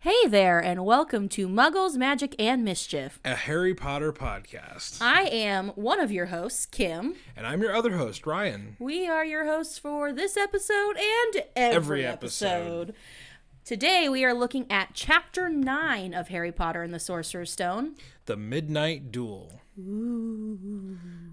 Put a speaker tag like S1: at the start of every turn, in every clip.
S1: Hey there, and welcome to Muggles, Magic, and Mischief.
S2: a Harry Potter podcast.
S1: I am one of your hosts, Kim.
S2: and I'm your other host, Ryan.
S1: We are your hosts for this episode and every,
S2: Every
S1: episode.
S2: episode.
S1: Today, we are looking at Chapter 9 of Harry Potter and the Sorcerer's Stone.
S2: The Midnight Duel.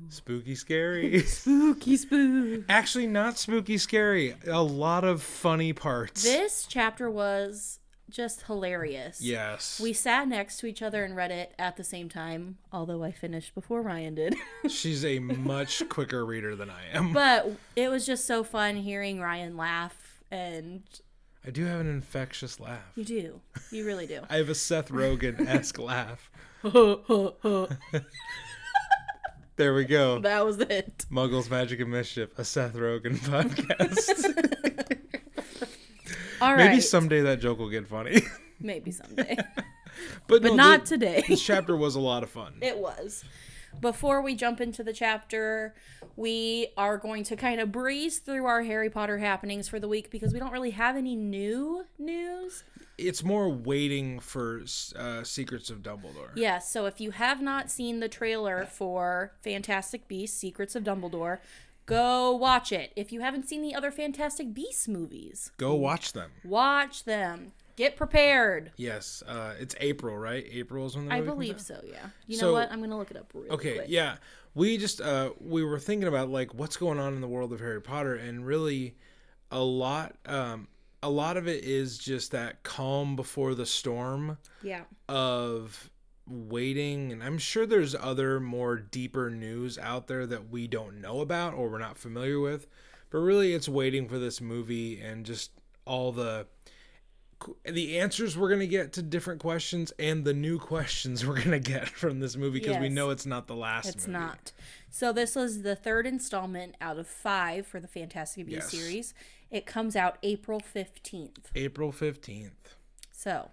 S2: Spooky scary.
S1: Spooky spook.
S2: Actually, not spooky scary. A lot of funny parts.
S1: This chapter was just hilarious.
S2: yes.
S1: We sat next to each other and read it at the same time, although I finished before Ryan did.
S2: She's a much quicker reader than I am.
S1: but it was just so fun hearing Ryan laugh and
S2: I do have an infectious laugh.
S1: You do. You really do.
S2: I have a Seth Rogen esque laugh.
S1: that
S2: There we go.
S1: was it.
S2: Muggles, Magic, and Mischief, a Seth Rogen podcast.
S1: All right.
S2: Maybe someday that joke will get funny.
S1: Maybe someday.
S2: but
S1: But
S2: no,
S1: not
S2: thi-
S1: today.
S2: This chapter was a lot of fun.
S1: it was. Before we jump into the chapter, we are going to kind of breeze through our Harry Potter happenings for the week because we don't really have any new news.
S2: it's more waiting for uh, Secrets of Dumbledore.
S1: Yes, so if you have not seen the trailer for Fantastic Beasts Secrets of Dumbledore, go watch it. If you haven't seen the other Fantastic Beasts movies,
S2: Go watch them.
S1: watch them. Get prepared.
S2: Yes, uh, it's April, right? April is when the
S1: I
S2: movie comes
S1: believe
S2: out?
S1: so. Yeah. You know
S2: So-
S1: what? I'm gonna look it up. Really
S2: Okay,
S1: Quick.
S2: yeah, we just uh, we were thinking about like what's going on in the world of Harry Potter, and really, a lot um, a lot of it is just that calm before the storm
S1: Yeah.
S2: of waiting and i'm sure there's other more deeper news out there that we don't know about or we're not familiar with but really it's waiting for this movie and just all the the answers we're going to get to different questions and the new questions we're going to get from this movie because we
S1: Yes.
S2: know it's not the last
S1: It's
S2: movie.
S1: not. So this was the third installment out of five for the Fantastic Beasts
S2: Yes.
S1: series. It comes out April fifteenth.
S2: april 15th
S1: So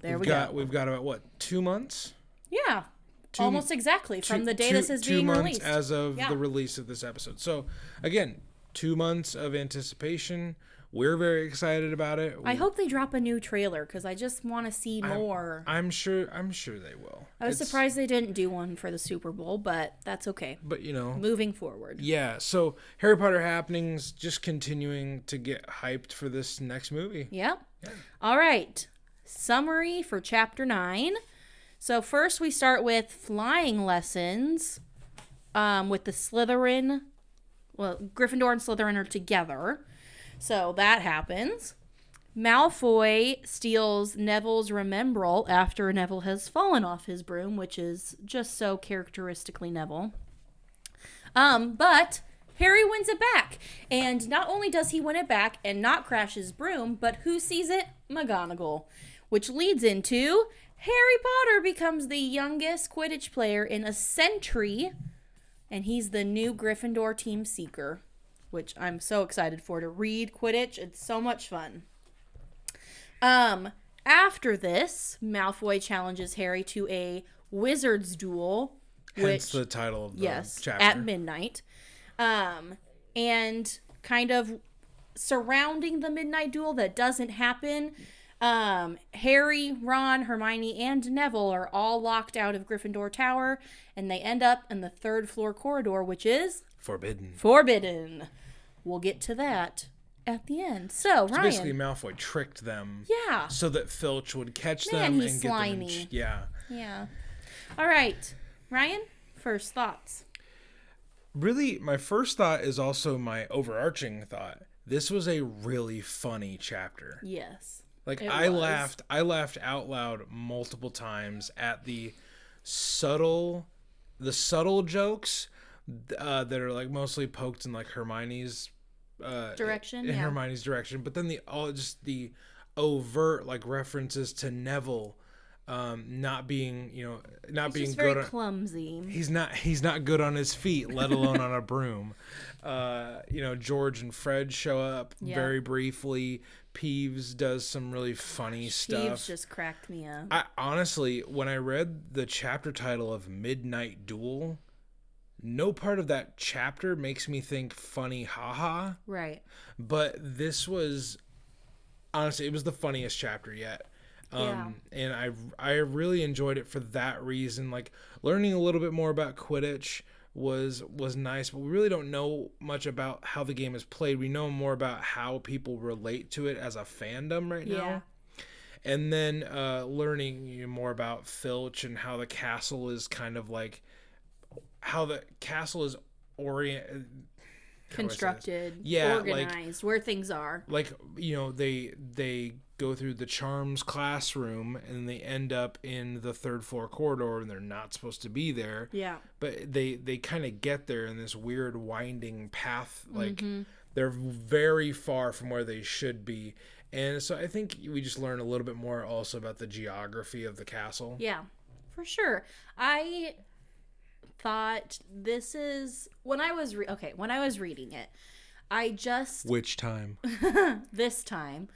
S1: there we
S2: we've got
S1: go.
S2: we've got about what two months
S1: Yeah. Almost exactly from
S2: two-
S1: the day
S2: two-
S1: this is
S2: two
S1: being
S2: months
S1: released.
S2: as of
S1: Yeah.
S2: the release of this episode. So again, two months of anticipation. We're very excited about it.
S1: I hope they drop a new trailer because I just want to see more. i
S2: I'm sure. I'm sure they will.
S1: was
S2: It's-
S1: surprised they didn't do one for the Super Bowl, but that's okay.
S2: but you know,
S1: Moving forward.
S2: yeah. So Harry Potter happenings just continuing to get hyped for this next movie.
S1: Yep. All right. Summary for chapter nine. So first we start with flying lessons, um, with the Slytherin. Well, Gryffindor and Slytherin are together, so that happens. Malfoy steals Neville's Remembrall after Neville has fallen off his broom, which is just so characteristically Neville. Um, but Harry wins it back. And not only does he win it back and not crash his broom, but who sees it? McGonagall. Which leads into Harry Potter becomes the youngest Quidditch player in a century, and he's the new Gryffindor team seeker, which I'm so excited for to read Quidditch. It's so much fun. Um, after this, Malfoy challenges Harry to a wizard's duel, which
S2: Hence the title of the
S1: yes
S2: um, chapter.
S1: at midnight um and kind of surrounding the midnight duel that doesn't happen um harry ron hermione and neville are all locked out of gryffindor tower and they end up in the third floor corridor which is
S2: Forbidden.
S1: forbidden we'll get to that at the end so ryan
S2: Basically, Malfoy tricked them.
S1: yeah
S2: So that Filch would catch
S1: Man,
S2: them
S1: he's
S2: and get them. in
S1: slimy.
S2: ch- yeah.
S1: yeah all right ryan first thoughts
S2: really my first thought is also my overarching thought this was a really funny chapter
S1: yes
S2: like
S1: It
S2: i
S1: was.
S2: laughed i laughed out loud multiple times at the subtle the subtle jokes uh, that are like mostly poked in like hermione's uh,
S1: Direction,
S2: in
S1: yeah.
S2: hermione's direction but then the all just the overt like references to neville um, not being you know not
S1: He's
S2: being
S1: just
S2: good.
S1: very
S2: on-
S1: clumsy.
S2: he's not he's not good on his feet, let alone on a broom. Uh, you know, George and Fred show up
S1: Yeah.
S2: very briefly. Peeves does some really funny stuff.
S1: Peeves just cracked me up.
S2: I honestly, when I read the chapter title of Midnight Duel, no part of that chapter makes me think funny, haha.
S1: right.
S2: But this was honestly, it was the funniest chapter yet. Um, and I I really enjoyed it for that reason. Like learning a little bit more about Quidditch was was nice, but we really don't know much about how the game is played. We know more about how people relate to it as a fandom right
S1: Yeah.
S2: now and then uh, learning you know, more about Filch and how the castle is kind of like how the castle is orient
S1: Constructed.
S2: Yeah, like-
S1: Organized. where things are.
S2: like you know they they go through the charms classroom and they end up in the third floor corridor and they're not supposed to be there
S1: Yeah.
S2: but they they kind of get there in this weird winding path like
S1: Mm-hmm.
S2: they're very far from where they should be and so i think we just learn a little bit more also about the geography of the castle
S1: Yeah, for sure. I thought this is when I was re- okay when I was reading it. I just
S2: Which time?
S1: this time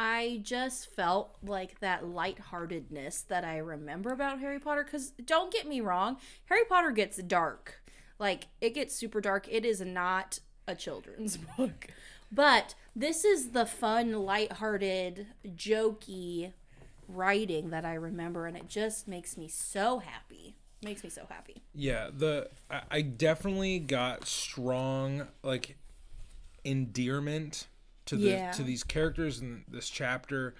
S1: I just felt like that lightheartedness that I remember about Harry Potter cuz don't get me wrong, Harry Potter gets dark. Like it gets super dark. It is not a children's book. But this is the fun, lighthearted, jokey writing that I remember and it just makes me so happy. Makes me so happy.
S2: Yeah, the I, I definitely got strong like endearment to the
S1: Yeah.
S2: to these characters in this chapter.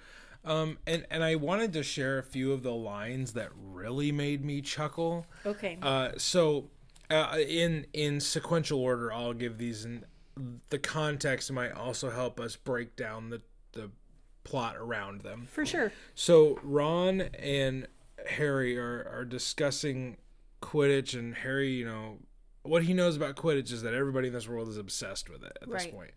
S2: Um, and and I wanted to share a few of the lines that really made me chuckle.
S1: Okay.
S2: Uh, so uh, in in sequential order, I'll give these, and the context might also help us break down the the plot around them.
S1: for sure.
S2: So Ron and Harry are, are discussing Quidditch, and Harry, you know, what he knows about Quidditch is that everybody in this world is obsessed with it at this
S1: Right.
S2: point.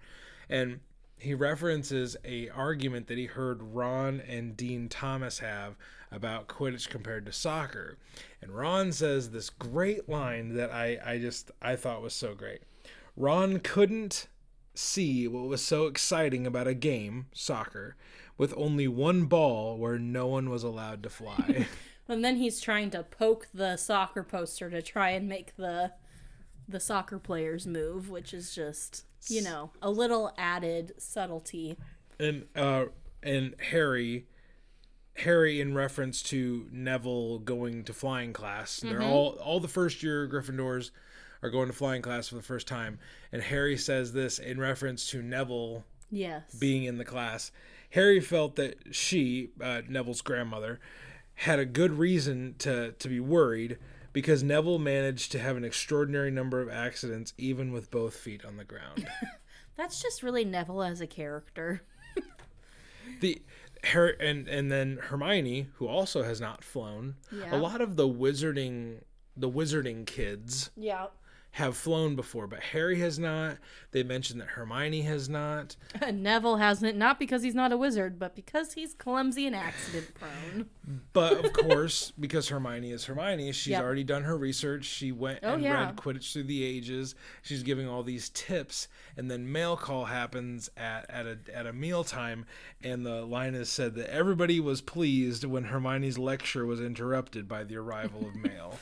S2: And he references a argument that he heard Ron and Dean Thomas have about Quidditch compared to soccer. And Ron says this great line that I, I just I thought was so great. Ron couldn't see what was so exciting about a game, soccer, with only one ball where no one was allowed to fly.
S1: And then he's trying to poke the soccer poster to try and make the the soccer players move, which is just, you know, a little added subtlety.
S2: and uh and Harry Harry in reference to Neville going to flying class. They're all all the first year Gryffindors are going to flying class for the first time. And Harry says this in reference to Neville
S1: Yes.
S2: being in the class. Harry felt that she, uh, Neville's grandmother, had a good reason to, to be worried because Neville managed to have an extraordinary number of accidents even with both feet on the ground.
S1: That's just really Neville as a character.
S2: the her and and then Hermione, who also has not flown.
S1: Yeah.
S2: A lot of the wizarding the wizarding kids
S1: Yeah.
S2: have flown before, but Harry has not. They mentioned that Hermione has not.
S1: Neville hasn't, not because he's not a wizard, but because he's clumsy and accident prone.
S2: But of course, because Hermione is Hermione, she's
S1: Yep.
S2: already done her research. She went
S1: Oh,
S2: and
S1: yeah.
S2: read Quidditch through the ages. She's giving all these tips, and then mail call happens at at a at a mealtime, and the line is said that everybody was pleased when Hermione's lecture was interrupted by the arrival of mail.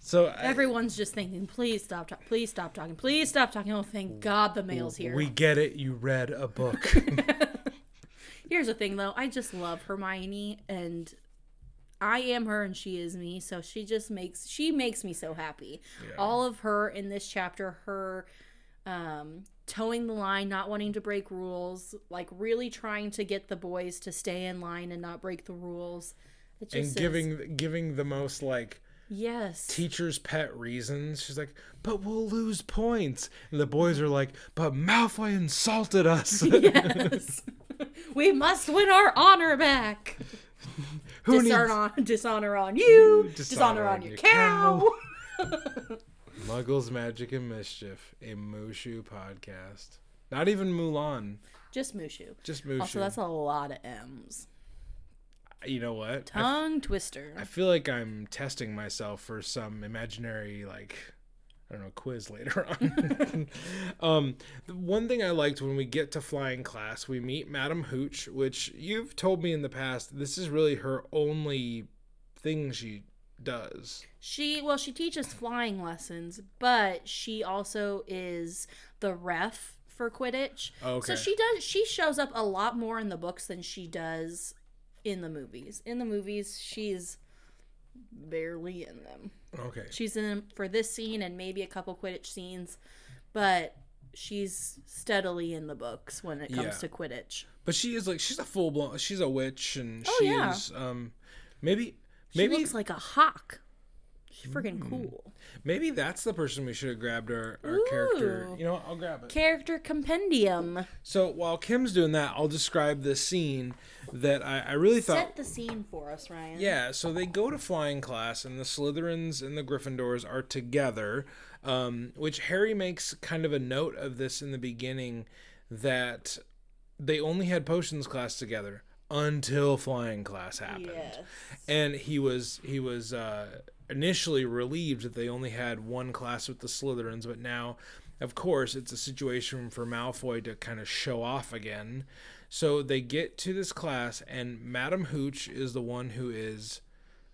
S2: So I,
S1: Everyone's just thinking, please stop talking, please stop talking, please stop talking. Oh, thank God the mail's here.
S2: we get it. You read a book.
S1: Here's the thing, though. I just love Hermione, and I am her, and she is me. So she just makes she makes me so happy. All of her in this chapter, her um, towing the line, not wanting to break rules, like really trying to get the boys to stay in line and not break the rules. It just
S2: and
S1: is-
S2: giving giving the most like
S1: yes,
S2: teacher's pet reasons. She's like, but we'll lose points. And the boys are like, but Malfoy insulted us.
S1: yes. we must win our honor back.
S2: Who needs
S1: Dishonor on, dishonor on you. Dishonor,
S2: dishonor
S1: on
S2: on
S1: your,
S2: your
S1: cow.
S2: cow. Muggles, Magic, and Mischief, a Mushu podcast? Not even Mulan,
S1: Just Mushu.
S2: just Mushu.
S1: Also, that's a lot of M's.
S2: you know what? I, f-
S1: Tongue twister.
S2: I feel like I'm testing myself for some imaginary like I don't know quiz later on. um, the one thing I liked when we get to flying class, we meet Madam Hooch, which you've told me in the past. This is really her only thing she does.
S1: She well, she teaches flying lessons, but she also is the ref for Quidditch.
S2: Oh, Okay.
S1: So she does she shows up a lot more in the books than she does in the movies. In the movies, she's barely in them.
S2: okay.
S1: She's in them for this scene and maybe a couple Quidditch scenes, but she's steadily in the books when it comes
S2: Yeah.
S1: to Quidditch.
S2: But she is like she's a full blown she's a witch and
S1: Oh,
S2: she
S1: yeah.
S2: is um maybe
S1: She
S2: maybe Hmm.
S1: looks like a hawk. She's freaking cool.
S2: maybe that's the person we should have grabbed our, our character.
S1: Ooh.
S2: You know, what? I'll grab it.
S1: Character compendium.
S2: So while Kim's doing that, I'll describe the scene that I, I really thought
S1: Set the scene for us, Ryan.
S2: Oh. Yeah, so they go to flying class, and the Slytherins and the Gryffindors are together, um, which Harry makes kind of a note of this in the beginning that they only had potions class together until flying class happened.
S1: Yes.
S2: And he was he was uh, initially relieved that they only had one class with the Slytherins, but now, of course, it's a situation for Malfoy to kind of show off again. So they get to this class, and Madam Hooch is the one who is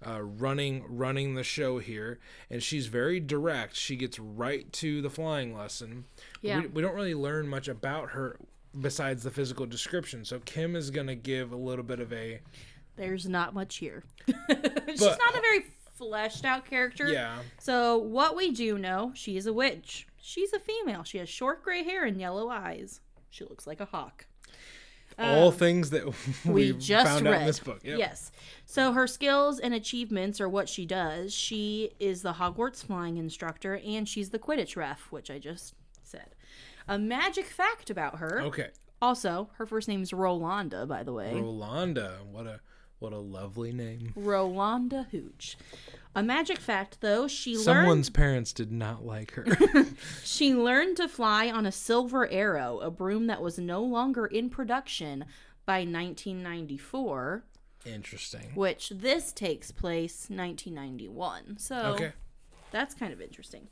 S2: uh, running running the show here, and she's very direct. She gets right to the flying lesson.
S1: Yeah.
S2: we, we don't really learn much about her besides the physical description. So Kim is gonna give a little bit of a
S1: There's not much here. She's not a very fleshed out character.
S2: yeah.
S1: So what we do know, she is a witch. She's a female. She has short gray hair and yellow eyes. She looks like a hawk.
S2: all things that we,
S1: Um, we just
S2: found
S1: read.
S2: out in this book. Yep.
S1: Yes. So her skills and achievements are what she does. She is the Hogwarts flying instructor and she's the Quidditch ref, which I just said. A magic fact about her.
S2: Okay.
S1: Also, her first name's Rolanda, by the way.
S2: Rolanda, what a what a lovely name.
S1: Rolanda Hooch. A magic fact though, she learned
S2: Someone's parents did not like her.
S1: She learned to fly on a silver arrow, a broom that was no longer in production by 1994,
S2: Interesting.
S1: which this takes place 1991. So
S2: Okay.
S1: that's kind of interesting.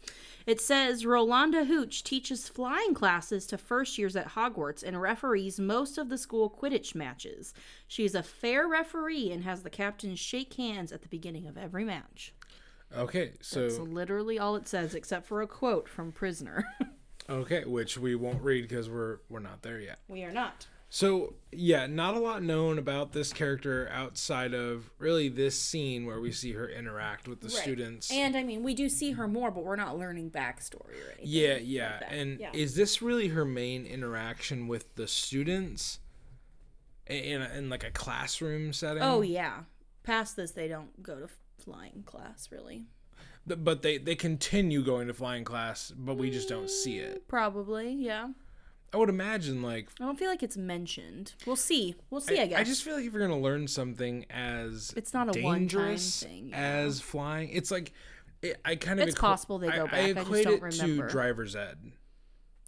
S1: It says Rolanda Hooch teaches flying classes to first years at Hogwarts and referees most of the school Quidditch matches. She is a fair referee and has the captain shake hands at the beginning of every match.
S2: Okay.
S1: That's
S2: So
S1: literally all it says, except for a quote from Prisoner.
S2: okay, which we won't read because we're we're not there yet.
S1: we are not.
S2: So yeah, not a lot known about this character outside of really this scene where we see her interact with the
S1: Right.
S2: students.
S1: And I mean, we do see her more, but we're not learning backstory or anything.
S2: yeah, yeah.
S1: that.
S2: And
S1: Yeah.
S2: is this really her main interaction with the students? In, in, in like a classroom setting?
S1: Oh yeah. Past this, they don't go to flying class really.
S2: Th- but they they continue going to flying class but we just don't see it
S1: Probably, yeah.
S2: i would imagine like
S1: I don't feel like it's mentioned. We'll see. We'll see. I, guess.
S2: i just feel like if you're gonna learn something as
S1: It's not a one-time
S2: dangerous
S1: thing, yeah.
S2: as flying it's like it, i kind of
S1: It's possible they go back, I just
S2: equate
S1: don't
S2: it
S1: remember.
S2: to driver's ed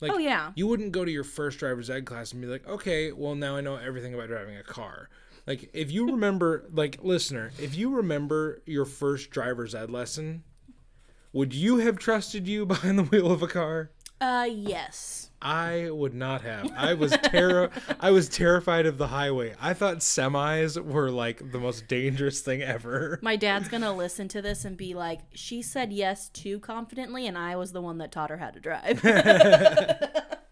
S2: like
S1: Oh, yeah.
S2: you wouldn't go to your first driver's ed class and be like okay well now i know everything about driving a car like if you remember like listener if you remember your first driver's ed lesson would you have trusted you behind the wheel of a car
S1: uh, yes.
S2: I would not have. I was terror. I was terrified of the highway. I thought semis were like the most dangerous thing ever.
S1: My dad's gonna listen to this and be like, "She said yes too confidently, and I was the one that taught her how to drive."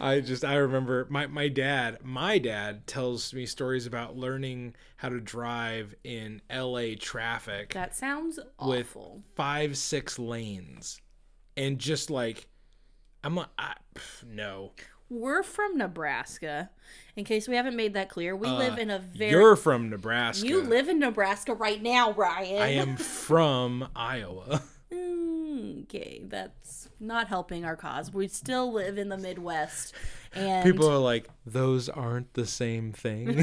S2: I just I remember my my dad. My dad tells me stories about learning how to drive in L.A. traffic
S1: that sounds
S2: with
S1: awful.
S2: five six lanes, and just like I'm like I, pff, no.
S1: We're from Nebraska. In case we haven't made that clear, we live in a very
S2: Uh, You're from Nebraska.
S1: You live in Nebraska right now, Ryan.
S2: I am from Iowa.
S1: Okay, that's not helping our cause. We still live in the Midwest, and
S2: People are like, those aren't the same thing.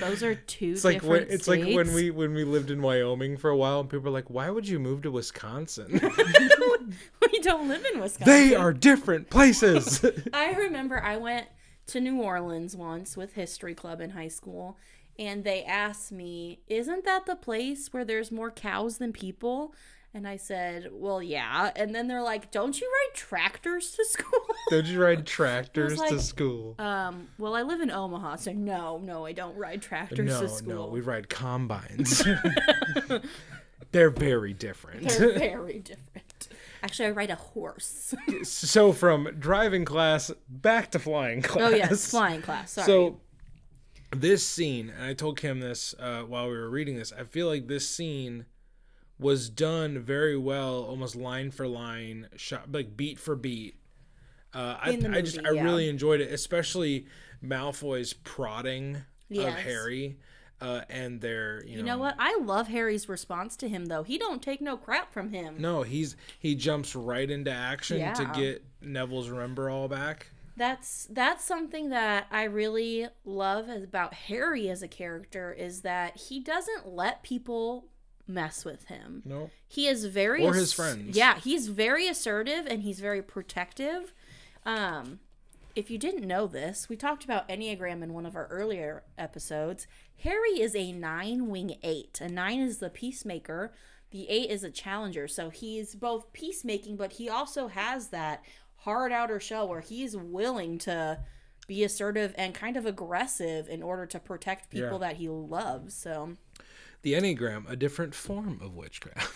S1: those are two
S2: It's like when,
S1: different
S2: it's like when
S1: states.
S2: we when we lived in Wyoming for a while, and people were like, "Why would you move to Wisconsin?
S1: we don't live in Wisconsin.
S2: they are different places."
S1: I remember I went to New Orleans once with history club in high school and they asked me, "Isn't that the place where there's more cows than people?" And I said, "Well, yeah." And then they're like, "Don't you ride tractors to school?"
S2: Did you ride tractors to
S1: like,
S2: school?
S1: um, well, I live in Omaha, so no, no, I don't ride tractors
S2: No,
S1: to school.
S2: no, we ride combines. They're very different.
S1: They're very different. Actually, I ride a horse.
S2: so from driving class back to flying class.
S1: oh yes, flying class. Sorry.
S2: So this scene, and I told Kim this uh, while we were reading this. I feel like this scene was done very well, almost line for line, shot like beat for beat. Uh, I,
S1: In the
S2: I just
S1: movie,
S2: I
S1: yeah.
S2: really enjoyed it, especially Malfoy's prodding of
S1: Yes.
S2: Harry, uh, and their you know,
S1: you know what? I love Harry's response to him though. He don't take no crap from him.
S2: No, he's he jumps right into action to
S1: Yeah.
S2: get Neville's remember all back.
S1: that's that's something that I really love about Harry as a character is that he doesn't let people mess with him.
S2: No,
S1: He is very
S2: Or his
S1: ass-
S2: friends.
S1: Yeah, he's very assertive and he's very protective. Um if you didn't know this, we talked about Enneagram in one of our earlier episodes. Harry is a nine wing eight. A nine is the peacemaker, the eight is a challenger. So he's both peacemaking, but he also has that hard outer shell where he's willing to be assertive and kind of aggressive in order to protect people
S2: Yeah.
S1: that he loves. So
S2: the Enneagram, a different form of witchcraft.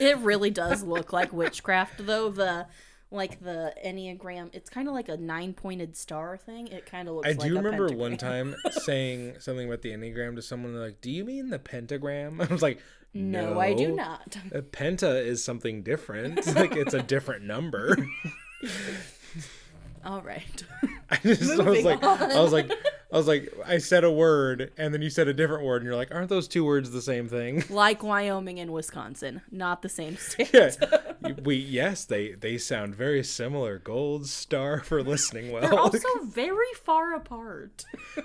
S1: It really does look like witchcraft, though the like the enneagram. It's kind of like a nine pointed star thing. It kind of looks.
S2: I
S1: like
S2: do
S1: a
S2: remember one
S1: pentagram.
S2: time saying something about the Enneagram to someone they're like, Do you mean the pentagram? I was like, No,
S1: No, I do not.
S2: A penta is something different. It's like it's a different number.
S1: All right.
S2: I just I was
S1: Moving
S2: like
S1: on.
S2: I was like I was like I said a word and then you said a different word and you're like, Aren't those two words the same thing?
S1: like Wyoming and Wisconsin, not the same state.
S2: Yeah. You- we yes, they they sound very similar. Gold star for listening well.
S1: They're also very far apart.
S2: yeah,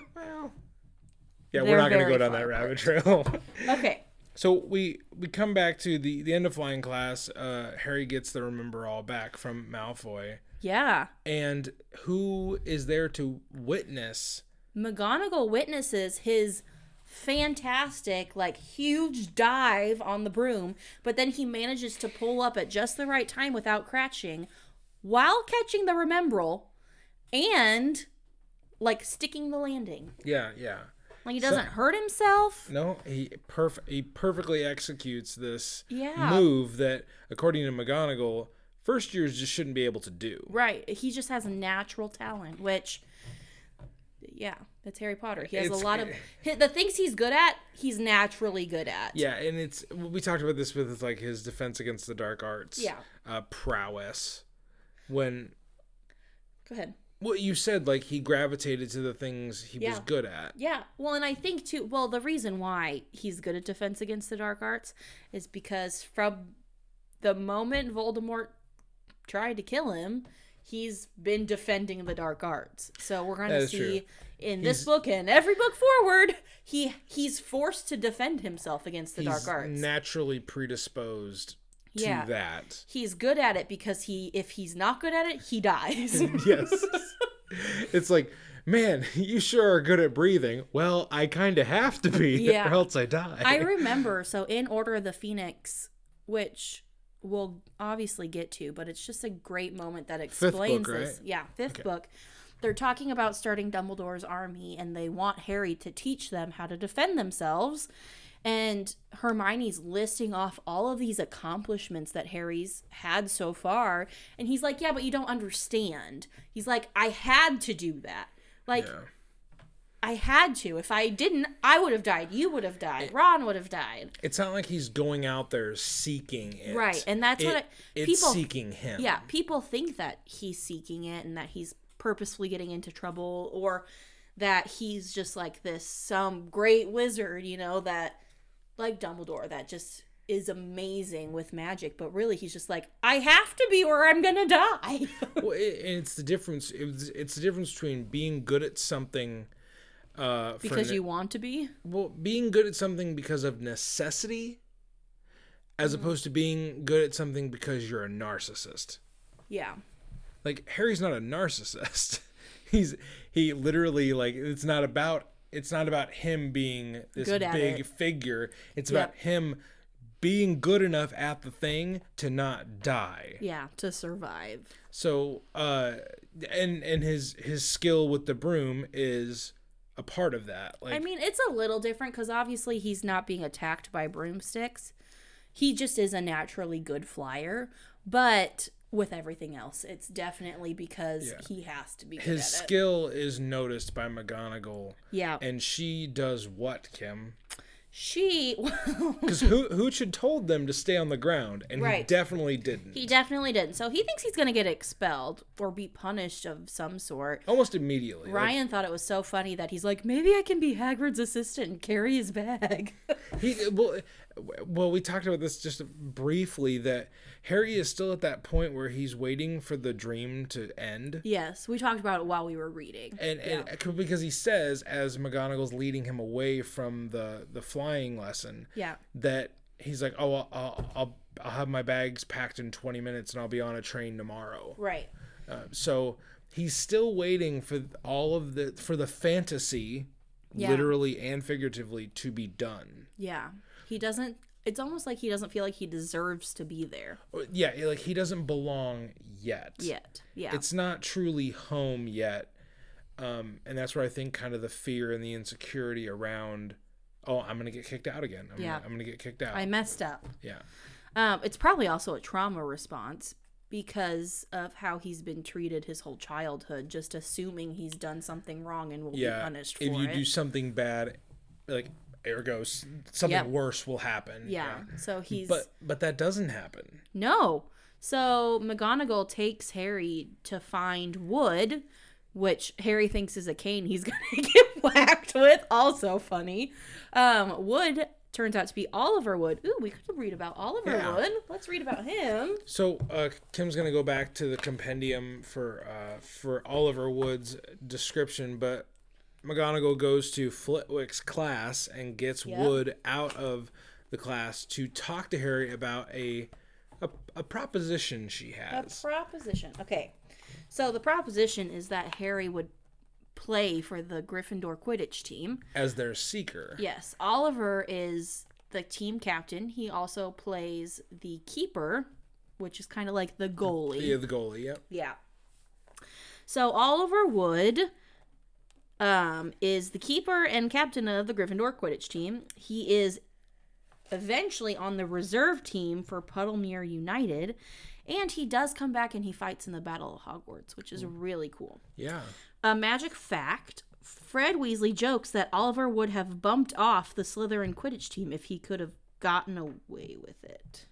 S1: they're
S2: we're not gonna
S1: very
S2: go down
S1: far
S2: that rabbit trail.
S1: Okay.
S2: So we we come back to the the end of flying class. Uh, Harry gets the remember all back from Malfoy,
S1: Yeah.
S2: and who is there to witness?
S1: McGonagall witnesses his fantastic, like huge dive on the broom, but then he manages to pull up at just the right time without crashing while catching the remembrel and like sticking the landing.
S2: Yeah, yeah.
S1: Like he doesn't hurt himself.
S2: No, he perf- he perfectly executes this
S1: Yeah.
S2: move that, according to McGonagall, first years just shouldn't be able to do.
S1: Right. He just has a natural talent, which yeah, that's Harry Potter. He has
S2: It's- eh.
S1: a lot of hi- the things he's good at, he's naturally good at.
S2: Yeah, and it's we talked about this with like his defense against the dark arts.
S1: Yeah.
S2: uh, prowess. When
S1: Go ahead.
S2: what you said, like he gravitated to the things he was
S1: Yeah.
S2: good at.
S1: Yeah. Well, and I think too, well, the reason why he's good at defense against the dark arts is because from the moment Voldemort tried to kill him, he's been defending the dark arts. So we're going
S2: That
S1: to
S2: is
S1: see
S2: true.
S1: in this book and every book forward, he he's forced to defend himself against the dark
S2: He's
S1: arts.
S2: naturally predisposed to
S1: Yeah.
S2: that.
S1: he's good at it because he if he's not good at it, he dies.
S2: Yes. it's like, man, you sure are good at breathing. Well, I kind of have to be,
S1: Yeah.
S2: or else I die.
S1: I remember. So in Order of the Phoenix, which we'll obviously get to, but it's just a great moment that
S2: book,
S1: explains this.
S2: right?
S1: Yeah, fifth book. They're talking about starting Dumbledore's army, and they want Harry to teach them how to defend themselves. And Hermione's listing off all of these accomplishments that Harry's had so far. And he's like, Yeah, but you don't understand. He's like, I had to do that. Like,
S2: Yeah.
S1: I had to. If I didn't, I would have died. You would have died. Ron would have died.
S2: It's not like he's going out there seeking it.
S1: Right, and that's what
S2: It-
S1: I-
S2: it's
S1: people-
S2: seeking him.
S1: Yeah, people think that he's seeking it and that he's purposefully getting into trouble or that he's just like this some great wizard, you know, that like Dumbledore that just is amazing with magic, but really he's just like I have to be or I'm going to die.
S2: Well, it, and it's the difference. It's, it's the difference between being good at something. Uh, for
S1: because
S2: ne-
S1: you want to be.
S2: well, being good at something because of necessity, as
S1: Mm-hmm.
S2: opposed to being good at something because you're a narcissist.
S1: Yeah.
S2: like Harry's not a narcissist. he's he literally like it's not about it's not about him being this
S1: Good at
S2: big
S1: it.
S2: figure. It's
S1: Yep.
S2: about him being good enough at the thing to not die.
S1: Yeah, to survive.
S2: So uh and and his his skill with the broom is a part of that. Like
S1: I mean, it's a little different because obviously he's not being attacked by broomsticks. He just is a naturally good flyer. But with everything else, it's definitely because
S2: Yeah.
S1: he has to be good
S2: his
S1: at it.
S2: skill is noticed by McGonagall
S1: Yeah.
S2: and she does what, Kim?
S1: she,
S2: Because who who should told them to stay on the ground and he
S1: Right.
S2: definitely didn't.
S1: he definitely didn't. So he thinks he's going to get expelled or be punished of some sort.
S2: Almost immediately. Oh, Like,
S1: Ryan thought it was so funny that he's like, maybe I can be Hagrid's assistant and carry his bag.
S2: He well, well, we talked about this just briefly that Harry is still at that point where he's waiting for the dream to end,
S1: yes, we talked about it while we were reading.
S2: and and because he says as McGonagall's leading him away from the the flying lesson
S1: Yeah.
S2: that he's like, oh, I'll I'll, I'll, I'll have my bags packed in twenty minutes and I'll be on a train tomorrow.
S1: Right.
S2: Uh, so he's still waiting for all of the for the fantasy,
S1: Yeah.
S2: literally and figuratively, to be done.
S1: Yeah. He doesn't it's almost like he doesn't feel like he deserves to be there
S2: Oh, Yeah, like he doesn't belong yet.
S1: yet. Yeah.
S2: it's not truly home yet um and that's where i think kind of the fear and the insecurity around oh i'm gonna get kicked out again i'm,
S1: Yeah.
S2: gonna, I'm gonna get kicked out
S1: I messed up.
S2: yeah
S1: Um it's probably also a trauma response because of how he's been treated his whole childhood just assuming he's done something wrong and will be
S2: yeah
S1: punished for
S2: if you
S1: it.
S2: do something bad like ergo s- something
S1: Yep.
S2: worse will happen
S1: yeah. So he's
S2: but but that doesn't happen
S1: No. So McGonagall takes Harry to find wood, which Harry thinks is a cane he's going to get whacked with. Also funny. Um, wood turns out to be Oliver Wood. Ooh, we could read about Oliver
S2: Yeah.
S1: Wood. Let's read about him.
S2: so uh, kim's gonna go back to the compendium for uh, for oliver wood's description but McGonagall goes to Flitwick's class and gets
S1: Yep.
S2: Wood out of the class to talk to Harry about a a, a proposition she
S1: A
S2: has.
S1: proposition. Okay. So the proposition is that Harry would play for the Gryffindor Quidditch team.
S2: as their seeker.
S1: Yes, Oliver is the team captain. He also plays the keeper, which is kind of like the goalie.
S2: Yeah, the goalie. Yep.
S1: Yeah. So Oliver Wood um, is the keeper and captain of the Gryffindor Quidditch team. He is eventually on the reserve team for Puddlemere United, and he does come back and he fights in the Battle of Hogwarts, which is really cool.
S2: Yeah.
S1: A magic fact. Fred Weasley jokes that Oliver would have bumped off the Slytherin Quidditch team if he could have gotten away with it.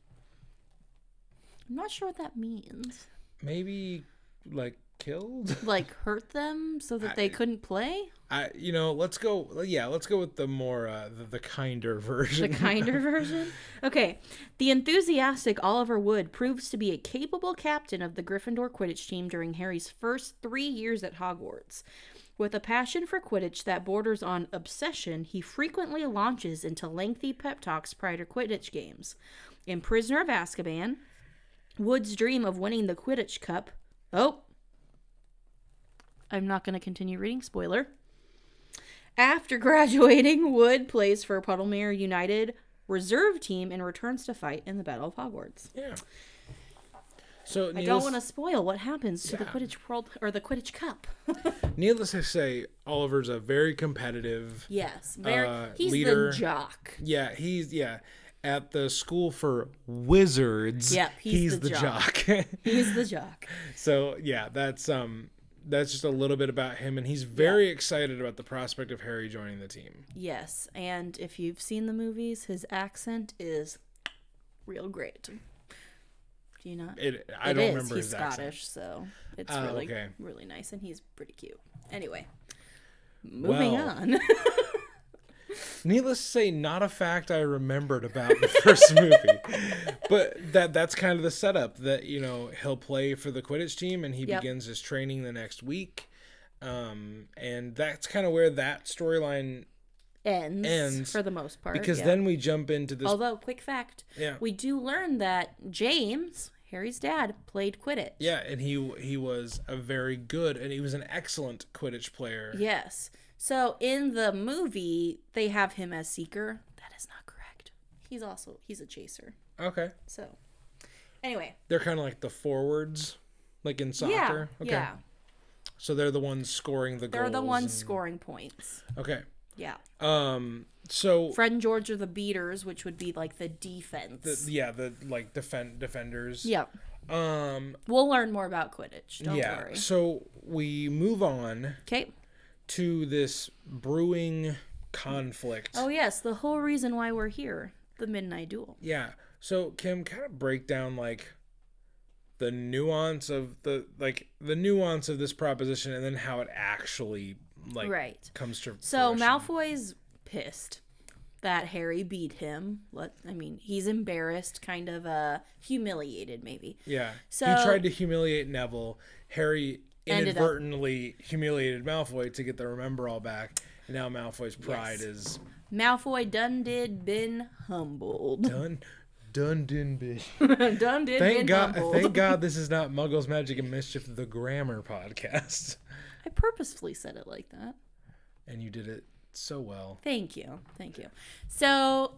S1: I'm not sure what that means
S2: Maybe like killed.
S1: like hurt them so that they couldn't play
S2: I you know, let's go yeah, let's go with the more uh the, the kinder
S1: the
S2: version.
S1: kinder version okay the enthusiastic oliver wood proves to be a capable captain of the gryffindor quidditch team during harry's first three years at hogwarts with a passion for quidditch that borders on obsession he frequently launches into lengthy pep talks prior to quidditch games in prisoner of azkaban wood's dream of winning the quidditch cup oh i'm not going to continue reading spoiler After graduating, Wood plays for Puddlemere United reserve team and returns to fight in the Battle of Hogwarts.
S2: yeah. So
S1: I
S2: needless-
S1: don't want to spoil what happens to the
S2: Yeah.
S1: Quidditch World or the Quidditch Cup.
S2: needless to say, Oliver's a very competitive
S1: yes, very,
S2: Uh,
S1: he's
S2: leader.
S1: the jock.
S2: Yeah, he's yeah. At the school for wizards.
S1: Yep, he's the jock. He's the jock.
S2: so yeah, that's um that's just a little bit about him and he's very excited about the prospect of Harry joining the team.
S1: Yes, and if you've seen the movies, his accent is real great. Do you not?
S2: It I
S1: It
S2: don't
S1: is.
S2: remember
S1: He's
S2: his accent.
S1: Scottish, so it's
S2: Ah,
S1: really
S2: okay.
S1: really nice, and he's pretty cute. Anyway, moving
S2: Well.
S1: on.
S2: Needless to say, not a fact I remembered about the first movie. But that that's kind of the setup that, you know, he'll play for the Quidditch team and he
S1: Yep.
S2: begins his training the next week. Um and that's kind of where that storyline
S1: ends,
S2: Ends,
S1: for the most part.
S2: because
S1: yeah.
S2: then we jump into this
S1: although quick fact,
S2: Yeah.
S1: we do learn that James Harry's dad played Quidditch.
S2: Yeah, and he he was a very good and he was an excellent Quidditch player.
S1: Yes. So in the movie, they have him as Seeker. That is not correct. He's also he's a chaser.
S2: Okay.
S1: So anyway,
S2: They're kind of like the forwards like in soccer.
S1: yeah,
S2: okay.
S1: yeah,
S2: So they're the ones scoring the
S1: they're
S2: goals.
S1: the ones
S2: and-
S1: scoring points.
S2: Okay.
S1: Yeah,
S2: Um so
S1: Fred and George are the beaters, which would be like the defense.
S2: the, yeah, the like defend defenders.
S1: yeah,
S2: Um
S1: we'll learn more about Quidditch. Don't
S2: yeah.
S1: worry.
S2: So we move on
S1: Okay.
S2: to this brewing conflict.
S1: Oh yes, the whole reason why we're here, the Midnight Duel.
S2: Yeah. So Kim, kind of break down like the nuance of the like the nuance of this proposition, and then how it actually like
S1: Right.
S2: comes to.
S1: So
S2: fruition.
S1: Malfoy's pissed that Harry beat him. Let I mean, he's embarrassed, kind of uh humiliated maybe.
S2: yeah,
S1: So-
S2: he tried to humiliate Neville. Harry
S1: Ended up-
S2: inadvertently humiliated Malfoy to get the remember all back. And now Malfoy's pride
S1: Yes.
S2: is
S1: Malfoy done did been humbled.
S2: done, done, din, bin.
S1: done did been
S2: Thank God!
S1: humbled.
S2: Thank God! This is not Muggles, Magic, and Mischief, the grammar podcast,
S1: I purposefully said it like that.
S2: and you did it so well.
S1: Thank you. Thank you. So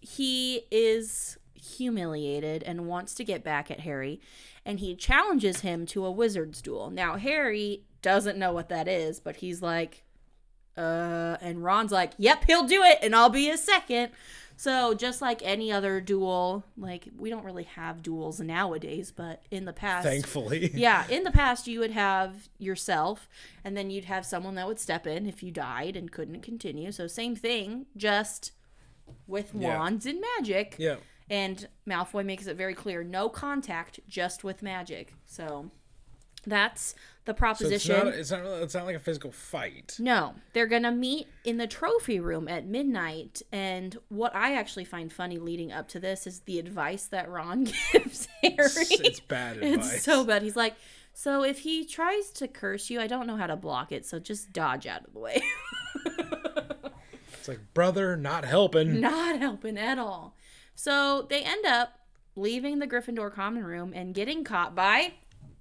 S1: he is humiliated and wants to get back at Harry, and he challenges him to a wizard's duel. Now, Harry doesn't know what that is, but he's like, uh, and Ron's like, yep, he'll do it, and I'll be his second. So, just like any other duel, like we don't really have duels nowadays, but in the past,
S2: Thankfully,
S1: yeah, in the past you would have yourself and then you'd have someone that would step in if you died and couldn't continue. So same thing, just with
S2: Yeah.
S1: wands and magic.
S2: yeah.
S1: And Malfoy makes it very clear, no contact, just with magic. So that's the
S2: So
S1: proposition.
S2: It's not, it's not. really- It's not like a physical fight.
S1: No, they're going to meet in the trophy room at midnight. And what I actually find funny leading up to this is the advice that Ron gives Harry.
S2: It's, it's bad advice.
S1: It's so bad. He's like, so if he tries to curse you, I don't know how to block it, so just dodge out of the way.
S2: It's like brother, not helping.
S1: Not helping at all. So they end up leaving the Gryffindor common room and getting caught by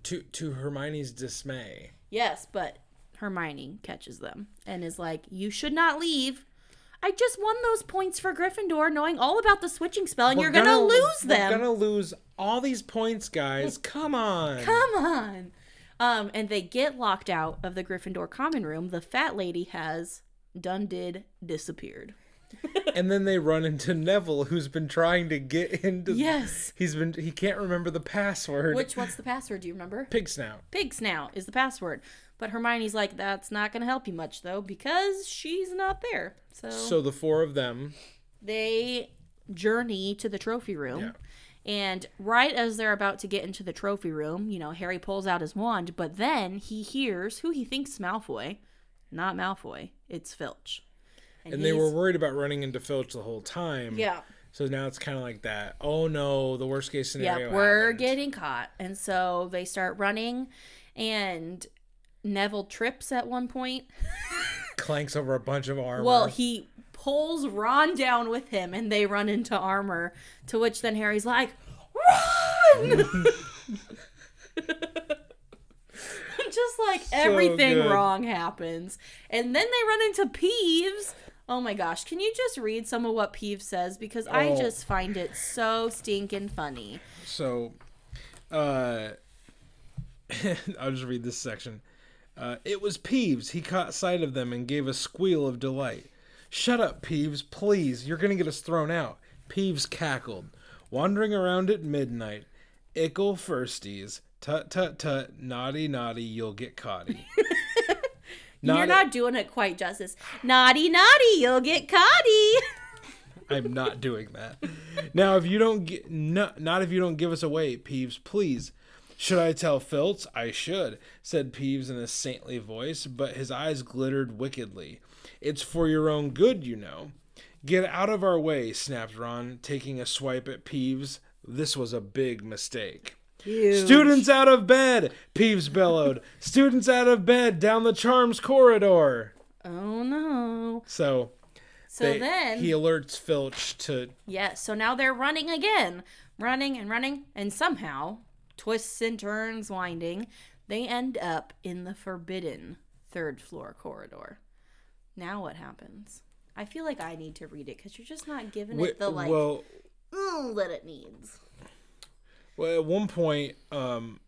S2: To to Hermione's dismay,
S1: yes, but Hermione catches them and is like, "You should not leave. I just won those points for Gryffindor, knowing all about the switching spell, and
S2: We're
S1: you're gonna, lose them.
S2: We're gonna lose all these points, guys. Come on.
S1: Come on." Um, and they get locked out of the Gryffindor common room. The fat lady has done did disappeared.
S2: And then they run into Neville, who's been trying to get into.
S1: Yes.
S2: He's been. He can't remember the password.
S1: Which what's the password? Do you remember?
S2: pig snout?
S1: Pig snout is the password. But Hermione's like, that's not gonna help you much though, because she's not there. So,
S2: So the four of them.
S1: they journey to the trophy room.
S2: Yeah.
S1: And right as they're about to get into the trophy room, you know, Harry pulls out his wand, but then he hears who he thinks is Malfoy. Not Malfoy, it's Filch.
S2: And they were
S1: he's-
S2: worried about running into Filch the whole time.
S1: Yeah.
S2: So now it's kind of like that. Oh no, the worst case scenario.
S1: Yep, we're
S2: happened.
S1: getting caught. And so they start running and Neville trips at one point.
S2: clanks over a bunch of armor.
S1: Well, he pulls Ron down with him and they run into armor, to which then Harry's like, Run! Just like everything
S2: good.
S1: wrong happens. And then they run into Peeves. Oh my gosh, can you just read some of what Peeves says? Because I
S2: Oh.
S1: just find it so stinking funny.
S2: So, uh, I'll just read this section. Uh, it was Peeves. He caught sight of them and gave a squeal of delight. Shut up, Peeves, please. You're going to get us thrown out. Peeves cackled. Wandering around at midnight, ickle firsties, tut tut tut, naughty naughty, you'll get caughty.
S1: You're
S2: Naughty-
S1: not doing it quite justice. Naughty, naughty, you'll get caughty.
S2: I'm not doing that. Now, if you don't get, no, not if you don't give us away, Peeves, please. Should I tell Filch? I should, said Peeves in a saintly voice, but his eyes glittered wickedly. It's for your own good, you know. Get out of our way, snapped Ron, taking a swipe at Peeves. This was a big mistake. Students out of bed, Peeves bellowed. Students out of bed down the charms corridor.
S1: Oh no.
S2: So,
S1: So
S2: they-
S1: then.
S2: he alerts Filch to
S1: Yes, so now they're running again, running and running, and somehow twists and turns winding, they end up in the forbidden third floor corridor. Now what happens? I feel like I need to read it because you're just not giving
S2: Wh-
S1: it the like
S2: well,
S1: "Mm, that it needs.
S2: well, at one point, um,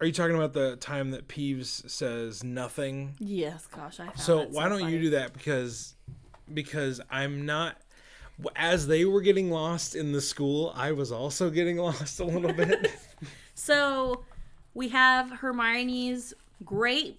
S2: are you talking about the time that Peeves says nothing?
S1: Yes, gosh, I. Found
S2: So
S1: that
S2: why don't
S1: funny.
S2: you do that? Because because I'm not. As they were getting lost in the school, I was also getting lost a little bit.
S1: So we have Hermione's great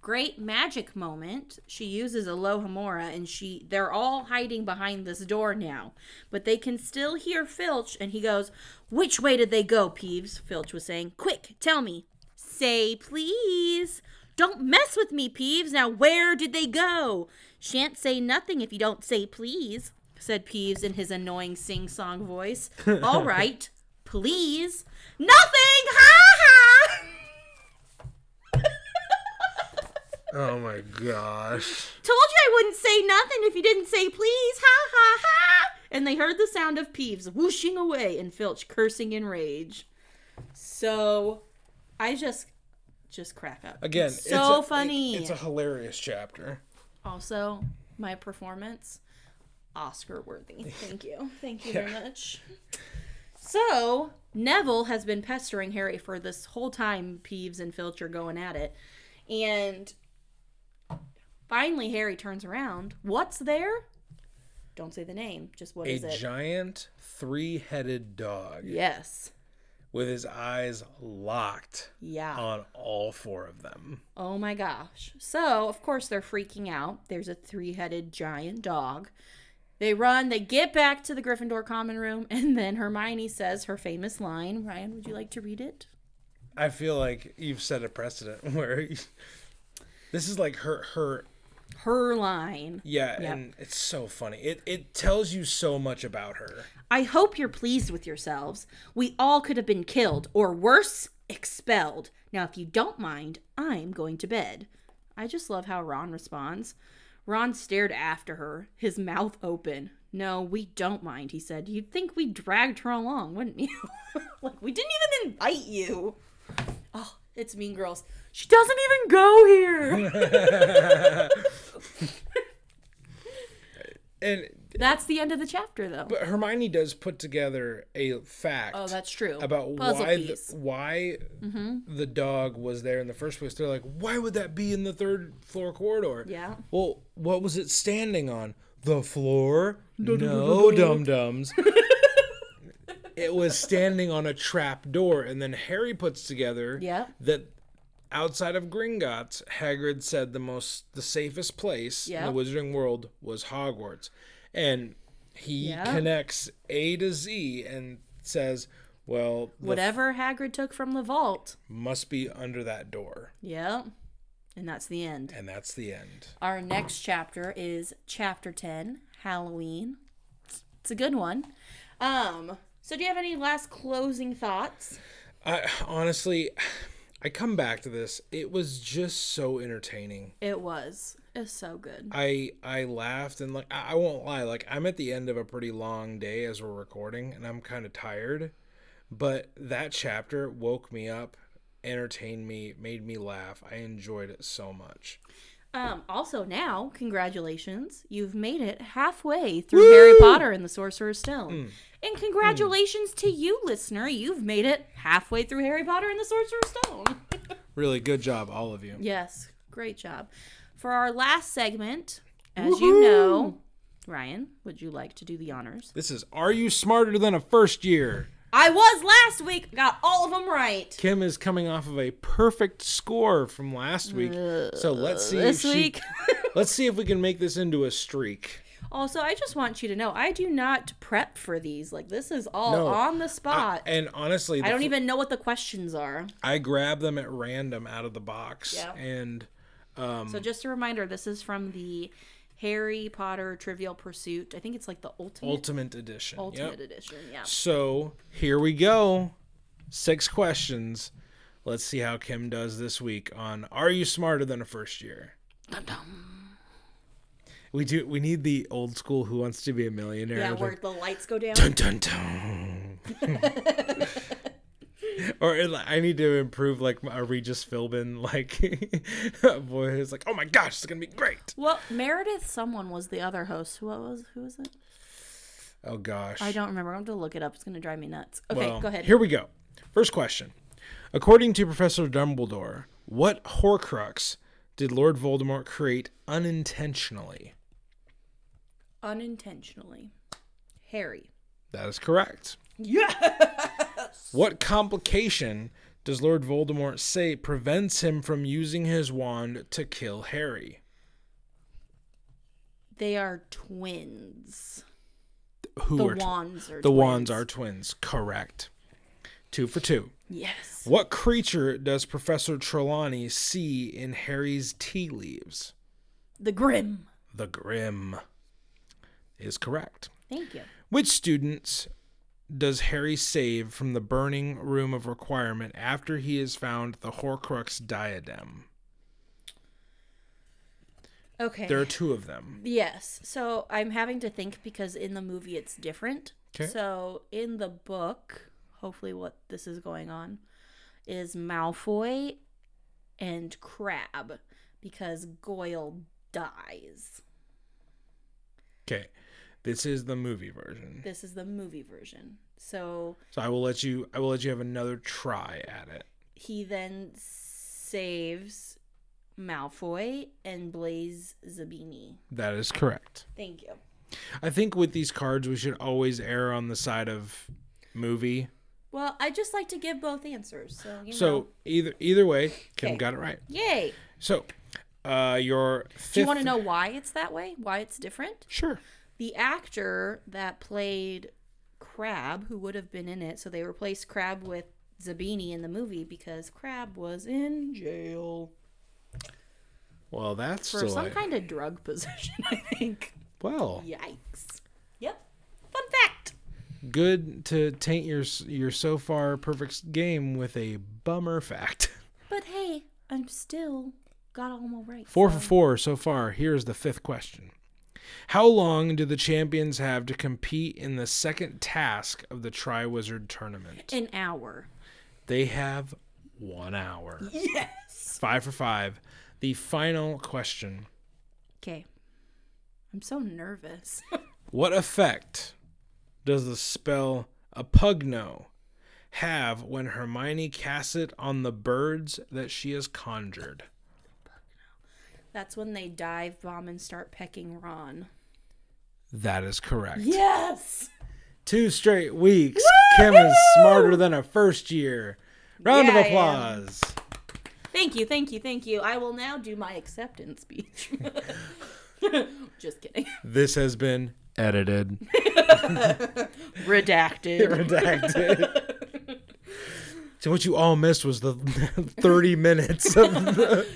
S1: great magic moment. She uses Alohomora and she they're all hiding behind this door now. But they can still hear Filch and he goes, "Which way did they go, Peeves?" Filch was saying, "Quick, tell me. Say please." Don't mess with me, Peeves. Now, where did they go? Shan't say nothing if you don't say please, said Peeves in his annoying sing song voice. All right, please. Nothing! Ha ha!
S2: oh my gosh.
S1: Told you I wouldn't say nothing if you didn't say please. Ha ha ha! And they heard the sound of Peeves whooshing away and Filch cursing in rage. So, I just, just crack up.
S2: Again,
S1: It's so
S2: a-
S1: funny.
S2: it's a hilarious chapter.
S1: also, my performance, Oscar worthy. Thank you. Thank you very much. So, Neville has been pestering Harry for this whole time Peeves and Filch are going at it. And finally, Harry turns around. What's there? Don't say the name. Just what
S2: A
S1: is it?
S2: giant three-headed dog
S1: yes.
S2: with his eyes locked
S1: Yeah.
S2: on all four of them.
S1: Oh my gosh. So, of course, they're freaking out. There's a three headed giant dog. They run, they get back to the Gryffindor common room, and then Hermione says her famous line. Ryan, would you like to read it?
S2: I feel like you've set a precedent where this is like her her
S1: Her line.
S2: yeah, and it's so funny. It it tells you so much about her.
S1: I hope you're pleased with yourselves. We all could have been killed, or worse, expelled. Now, if you don't mind, I'm going to bed. I just love how Ron responds. Ron stared after her, his mouth open. No, we don't mind, he said. You'd think we dragged her along, wouldn't you? like, we didn't even invite you. Oh, it's Mean Girls. She doesn't even go here.
S2: And
S1: That's the end of the chapter, though.
S2: but Hermione does put together a fact
S1: oh, that's true.
S2: about
S1: Puzzle
S2: why
S1: piece. Mm-hmm.
S2: the, why the dog was there in the first place. They're like, why would that be in the third floor corridor?
S1: Yeah.
S2: Well, what was it standing on? The floor? No, dum dums. it was standing on a trap door, and then Harry puts together
S1: Yeah.
S2: that outside of Gringotts, Hagrid said the most the safest place
S1: Yeah.
S2: in the Wizarding world was Hogwarts, and he
S1: Yeah.
S2: connects A to Z and says, "Well, the
S1: Whatever Hagrid took from the vault.
S2: must be under that door,"
S1: Yep. And that's the end.
S2: and that's the end.
S1: Our next chapter is chapter 10, Halloween. It's a good one. Um, so do you have any last closing thoughts?
S2: I honestly, I come back to this. It was just so entertaining.
S1: It was. It's so good.
S2: I I laughed and like I I won't lie, like I'm at the end of a pretty long day as we're recording and I'm kind of tired, but that chapter woke me up, entertained me, made me laugh. I enjoyed it so much.
S1: Um, also now, congratulations. You've made it halfway through Harry Potter and the Sorcerer's Stone. And congratulations to you, listener. You've made it halfway through Harry Potter and the Sorcerer's Stone.
S2: Really good job all of you.
S1: Yes, great job. For our last segment, as you know, Ryan, would you like to do the honors?
S2: This is Are You Smarter Than a First Year?
S1: I was last week, got all of them right.
S2: Kim is coming off of a perfect score from last week. So let's see
S1: Uh, This
S2: if she-
S1: week.
S2: let's see if we can make this into a streak.
S1: also, I just want you to know I do not prep for these. Like, this is all
S2: No,
S1: on the
S2: I-
S1: spot. I,
S2: and honestly, the
S1: don't
S2: fir-
S1: even know what the questions are.
S2: I grab them at random out of the box
S1: Yeah.
S2: and Um,
S1: so, just a reminder this is from the Harry Potter Trivial Pursuit. I think it's like the ultimate,
S2: Ultimate Edition.
S1: ultimate
S2: Yep.
S1: edition. Yeah.
S2: So here we go. Six questions. Let's see how Kim does this week on Are You Smarter Than a First Year? We do. We need the old school Who Wants to Be a Millionaire.
S1: Yeah,
S2: with
S1: where the lights go down.
S2: a dun, dun, dun. Or it, I need to improve like my Regis Philbin like voice. Like, oh my gosh, it's gonna be great.
S1: Well, Meredith, someone was the other host. Who was? Who was it?
S2: Oh gosh.
S1: I don't remember. I'm going to look it up. It's going to drive me nuts. Okay,
S2: Well,
S1: go ahead.
S2: Here we go. First question. According to Professor Dumbledore, what Horcrux did Lord Voldemort create unintentionally?
S1: Unintentionally, Harry.
S2: That is correct. Yes. What complication does Lord Voldemort say prevents him from using his wand to kill Harry?
S1: They are twins.
S2: Who
S1: The
S2: are tw-
S1: wands are
S2: the
S1: twins.
S2: wands are twins? Correct. Two for two.
S1: Yes.
S2: What creature does Professor Trelawney see in Harry's tea leaves?
S1: The Grim.
S2: The Grim is correct.
S1: Thank you.
S2: Which students does Harry save from the burning room of requirement after he has found the Horcrux diadem?
S1: Okay.
S2: There are two of them.
S1: Yes. So I'm having to think because in the movie it's different.
S2: 'Kay.
S1: So in the book, hopefully what this is going on is Malfoy and Crab because Goyle dies.
S2: Okay. This is the movie version.
S1: This is the movie version. So
S2: So I will let you I will let you have another try at it.
S1: he then saves Malfoy and Blaze Zabini.
S2: That is correct.
S1: Thank you.
S2: I think with these cards we should always err on the side of movie.
S1: Well, I just like to give both answers. So, you know.
S2: So either either way, Kim
S1: Okay.
S2: got it right.
S1: Yay.
S2: So uh your fifth
S1: Do you want to know why it's that way? Why it's different?
S2: Sure.
S1: the actor that played Crab, who would have been in it, so they replaced Crab with Zabini in the movie because Crab was in jail
S2: Well, that's
S1: for
S2: still
S1: some
S2: a-
S1: kind of drug possession, I think.
S2: well.
S1: Yikes. Yep. Fun fact.
S2: good to taint your your so far perfect game with a bummer fact.
S1: But hey, I'm still got all my rights. Um,
S2: Four for four so far. Here's the fifth question. How long do the champions have to compete in the second task of the Triwizard Tournament?
S1: An hour.
S2: They have one hour. Yes. Five for five. The final question.
S1: Okay. I'm so nervous.
S2: What effect does the spell Apugno have when Hermione casts it on the birds that she has conjured?
S1: That's when they dive bomb and start pecking Ron.
S2: That is correct.
S1: Yes.
S2: Two straight weeks. Kim is smarter than a first year. Round
S1: Yeah, I am.
S2: of applause.
S1: Thank you, thank you, thank you. I will now do my acceptance speech. Just kidding.
S2: This has been edited,
S1: Redacted.
S2: redacted. so what you all missed was the 30 minutes of the-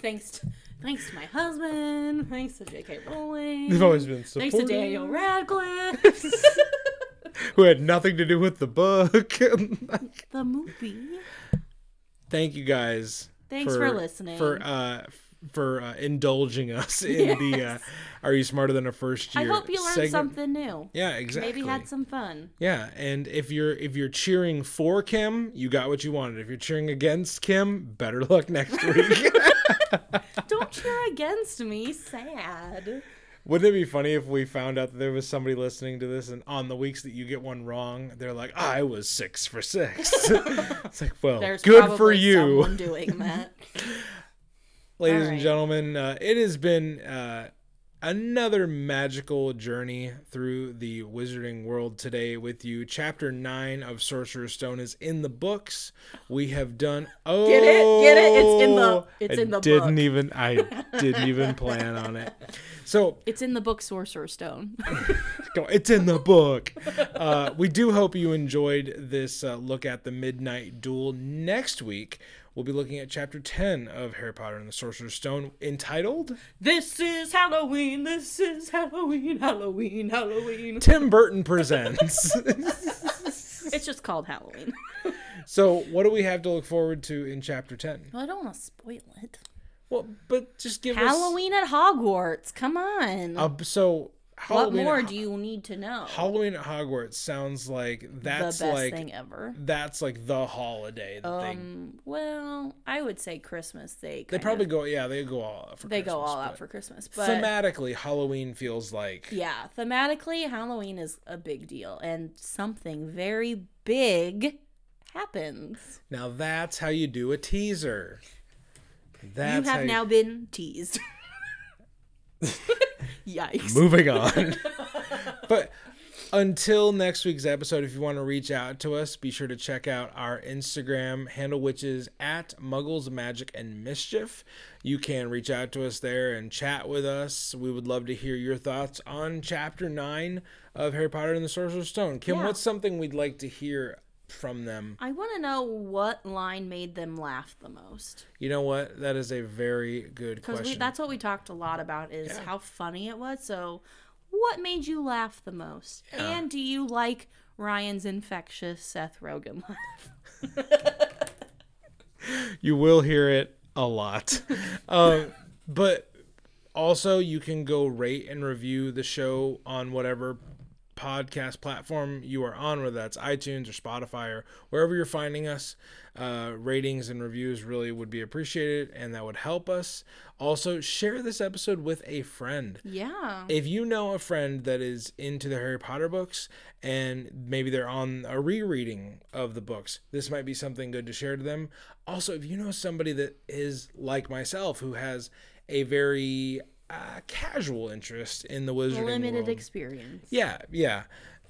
S1: Thanks to, thanks to my husband. Thanks to J.K. Rowling.
S2: They've always been
S1: thanks to
S2: supportive.
S1: Daniel Radcliffe.
S2: who had nothing to do with the book.
S1: the movie.
S2: Thank you guys.
S1: Thanks for listening.
S2: For uh for uh, indulging us in the uh, are you smarter than a first
S1: I
S2: year?
S1: hope you learned
S2: segment.
S1: something new.
S2: Yeah, exactly.
S1: Maybe had some fun.
S2: Yeah, and if you're if you're cheering for Kim, you got what you wanted. If you're cheering against Kim, better luck next week.
S1: Don't cheer against me. Sad.
S2: Wouldn't it be funny if we found out that there was somebody listening to this and on the weeks that you get one wrong, they're like, "Ah, "I was 6 for 6." it's like, "Well,
S1: There's
S2: good for
S1: probably
S2: you."
S1: Someone doing that.
S2: Ladies
S1: All
S2: and
S1: right.
S2: gentlemen, uh, it has been uh, another magical journey through the wizarding world today with you. Chapter 9 of Sorcerer's Stone is in the books. We have done Oh
S1: Get it? Get it? It's in the- it's
S2: I
S1: in the
S2: didn't
S1: book.
S2: even I didn't even plan on it. So,
S1: It's in the book Sorcerer's Stone.
S2: Go- It's in the book. Uh, we do hope you enjoyed this uh, look at the Midnight Duel. Next week, we'll be looking at Chapter 10 of Harry Potter and the Sorcerer's Stone, entitled
S1: This is Halloween. This is Halloween. Halloween. Halloween.
S2: Tim Burton Presents.
S1: It's just called Halloween.
S2: so, what do we have to look forward to in Chapter 10?
S1: Well, I don't want to spoil it.
S2: Well, but just give us.
S1: Halloween at Hogwarts. Come on.
S2: Uh, so,
S1: What
S2: Halloween
S1: more
S2: at,
S1: do you need to know?
S2: Halloween at Hogwarts sounds like
S1: the
S2: that's
S1: best
S2: like
S1: thing ever.
S2: that's like the holiday that they
S1: Um, well, I would say Christmas. They
S2: they
S1: kind
S2: probably
S1: of,
S2: go yeah they go all out for
S1: they go
S2: Christmas,
S1: all out
S2: but
S1: for Christmas, but
S2: thematically Halloween feels like
S1: yeah, thematically, Halloween is a big deal, and something very big happens.
S2: now that's how you do a teaser. That's
S1: you
S2: how
S1: have now been teased. Yikes!
S2: moving on. but until next week's episode, if you want to reach out to us, be sure to check out our Instagram handle, which is at Muggles Magic and Mischief. You can reach out to us there and chat with us. We would love to hear your thoughts on Chapter Nine of Harry Potter and the Sorcerer's Stone. Kim,
S1: Yeah.
S2: what's something we'd like to hear from them?
S1: I want to know what line made them laugh the most.
S2: You know what? That is a very good
S1: because
S2: question.
S1: that's what we talked a lot about is how funny it was so what made you laugh the most and do you like ryan's infectious seth rogen laugh?
S2: you will hear it a lot. um, but also, you can go rate and review the show on whatever podcast platform you are on, whether that's iTunes or Spotify or wherever you're finding us. Uh, ratings and reviews really would be appreciated, and that would help us. Also, share this episode with a friend
S1: yeah
S2: if you know a friend that is into the Harry Potter books and maybe they're on a rereading of the books, this might be something good to share to them. Also, if you know somebody that is like myself who has a very uh, casual interest in the wizarding
S1: limited
S2: world,
S1: experience
S2: yeah, yeah,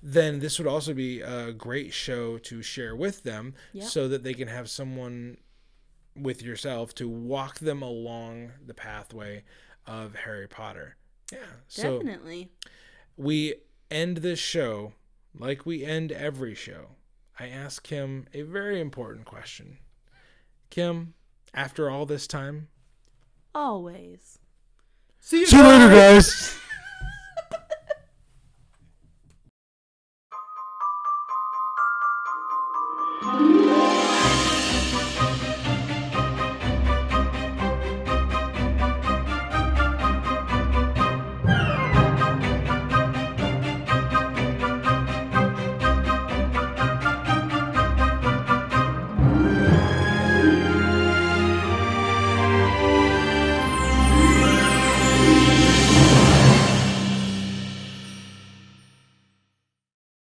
S2: then this would also be a great show to share with them so that they can have someone with yourself to walk them along the pathway of Harry Potter. Yeah. So
S1: definitely
S2: we end this show like we end every show. I ask Kim a very important question. Kim, after all this time,
S1: always
S2: see you later, guys.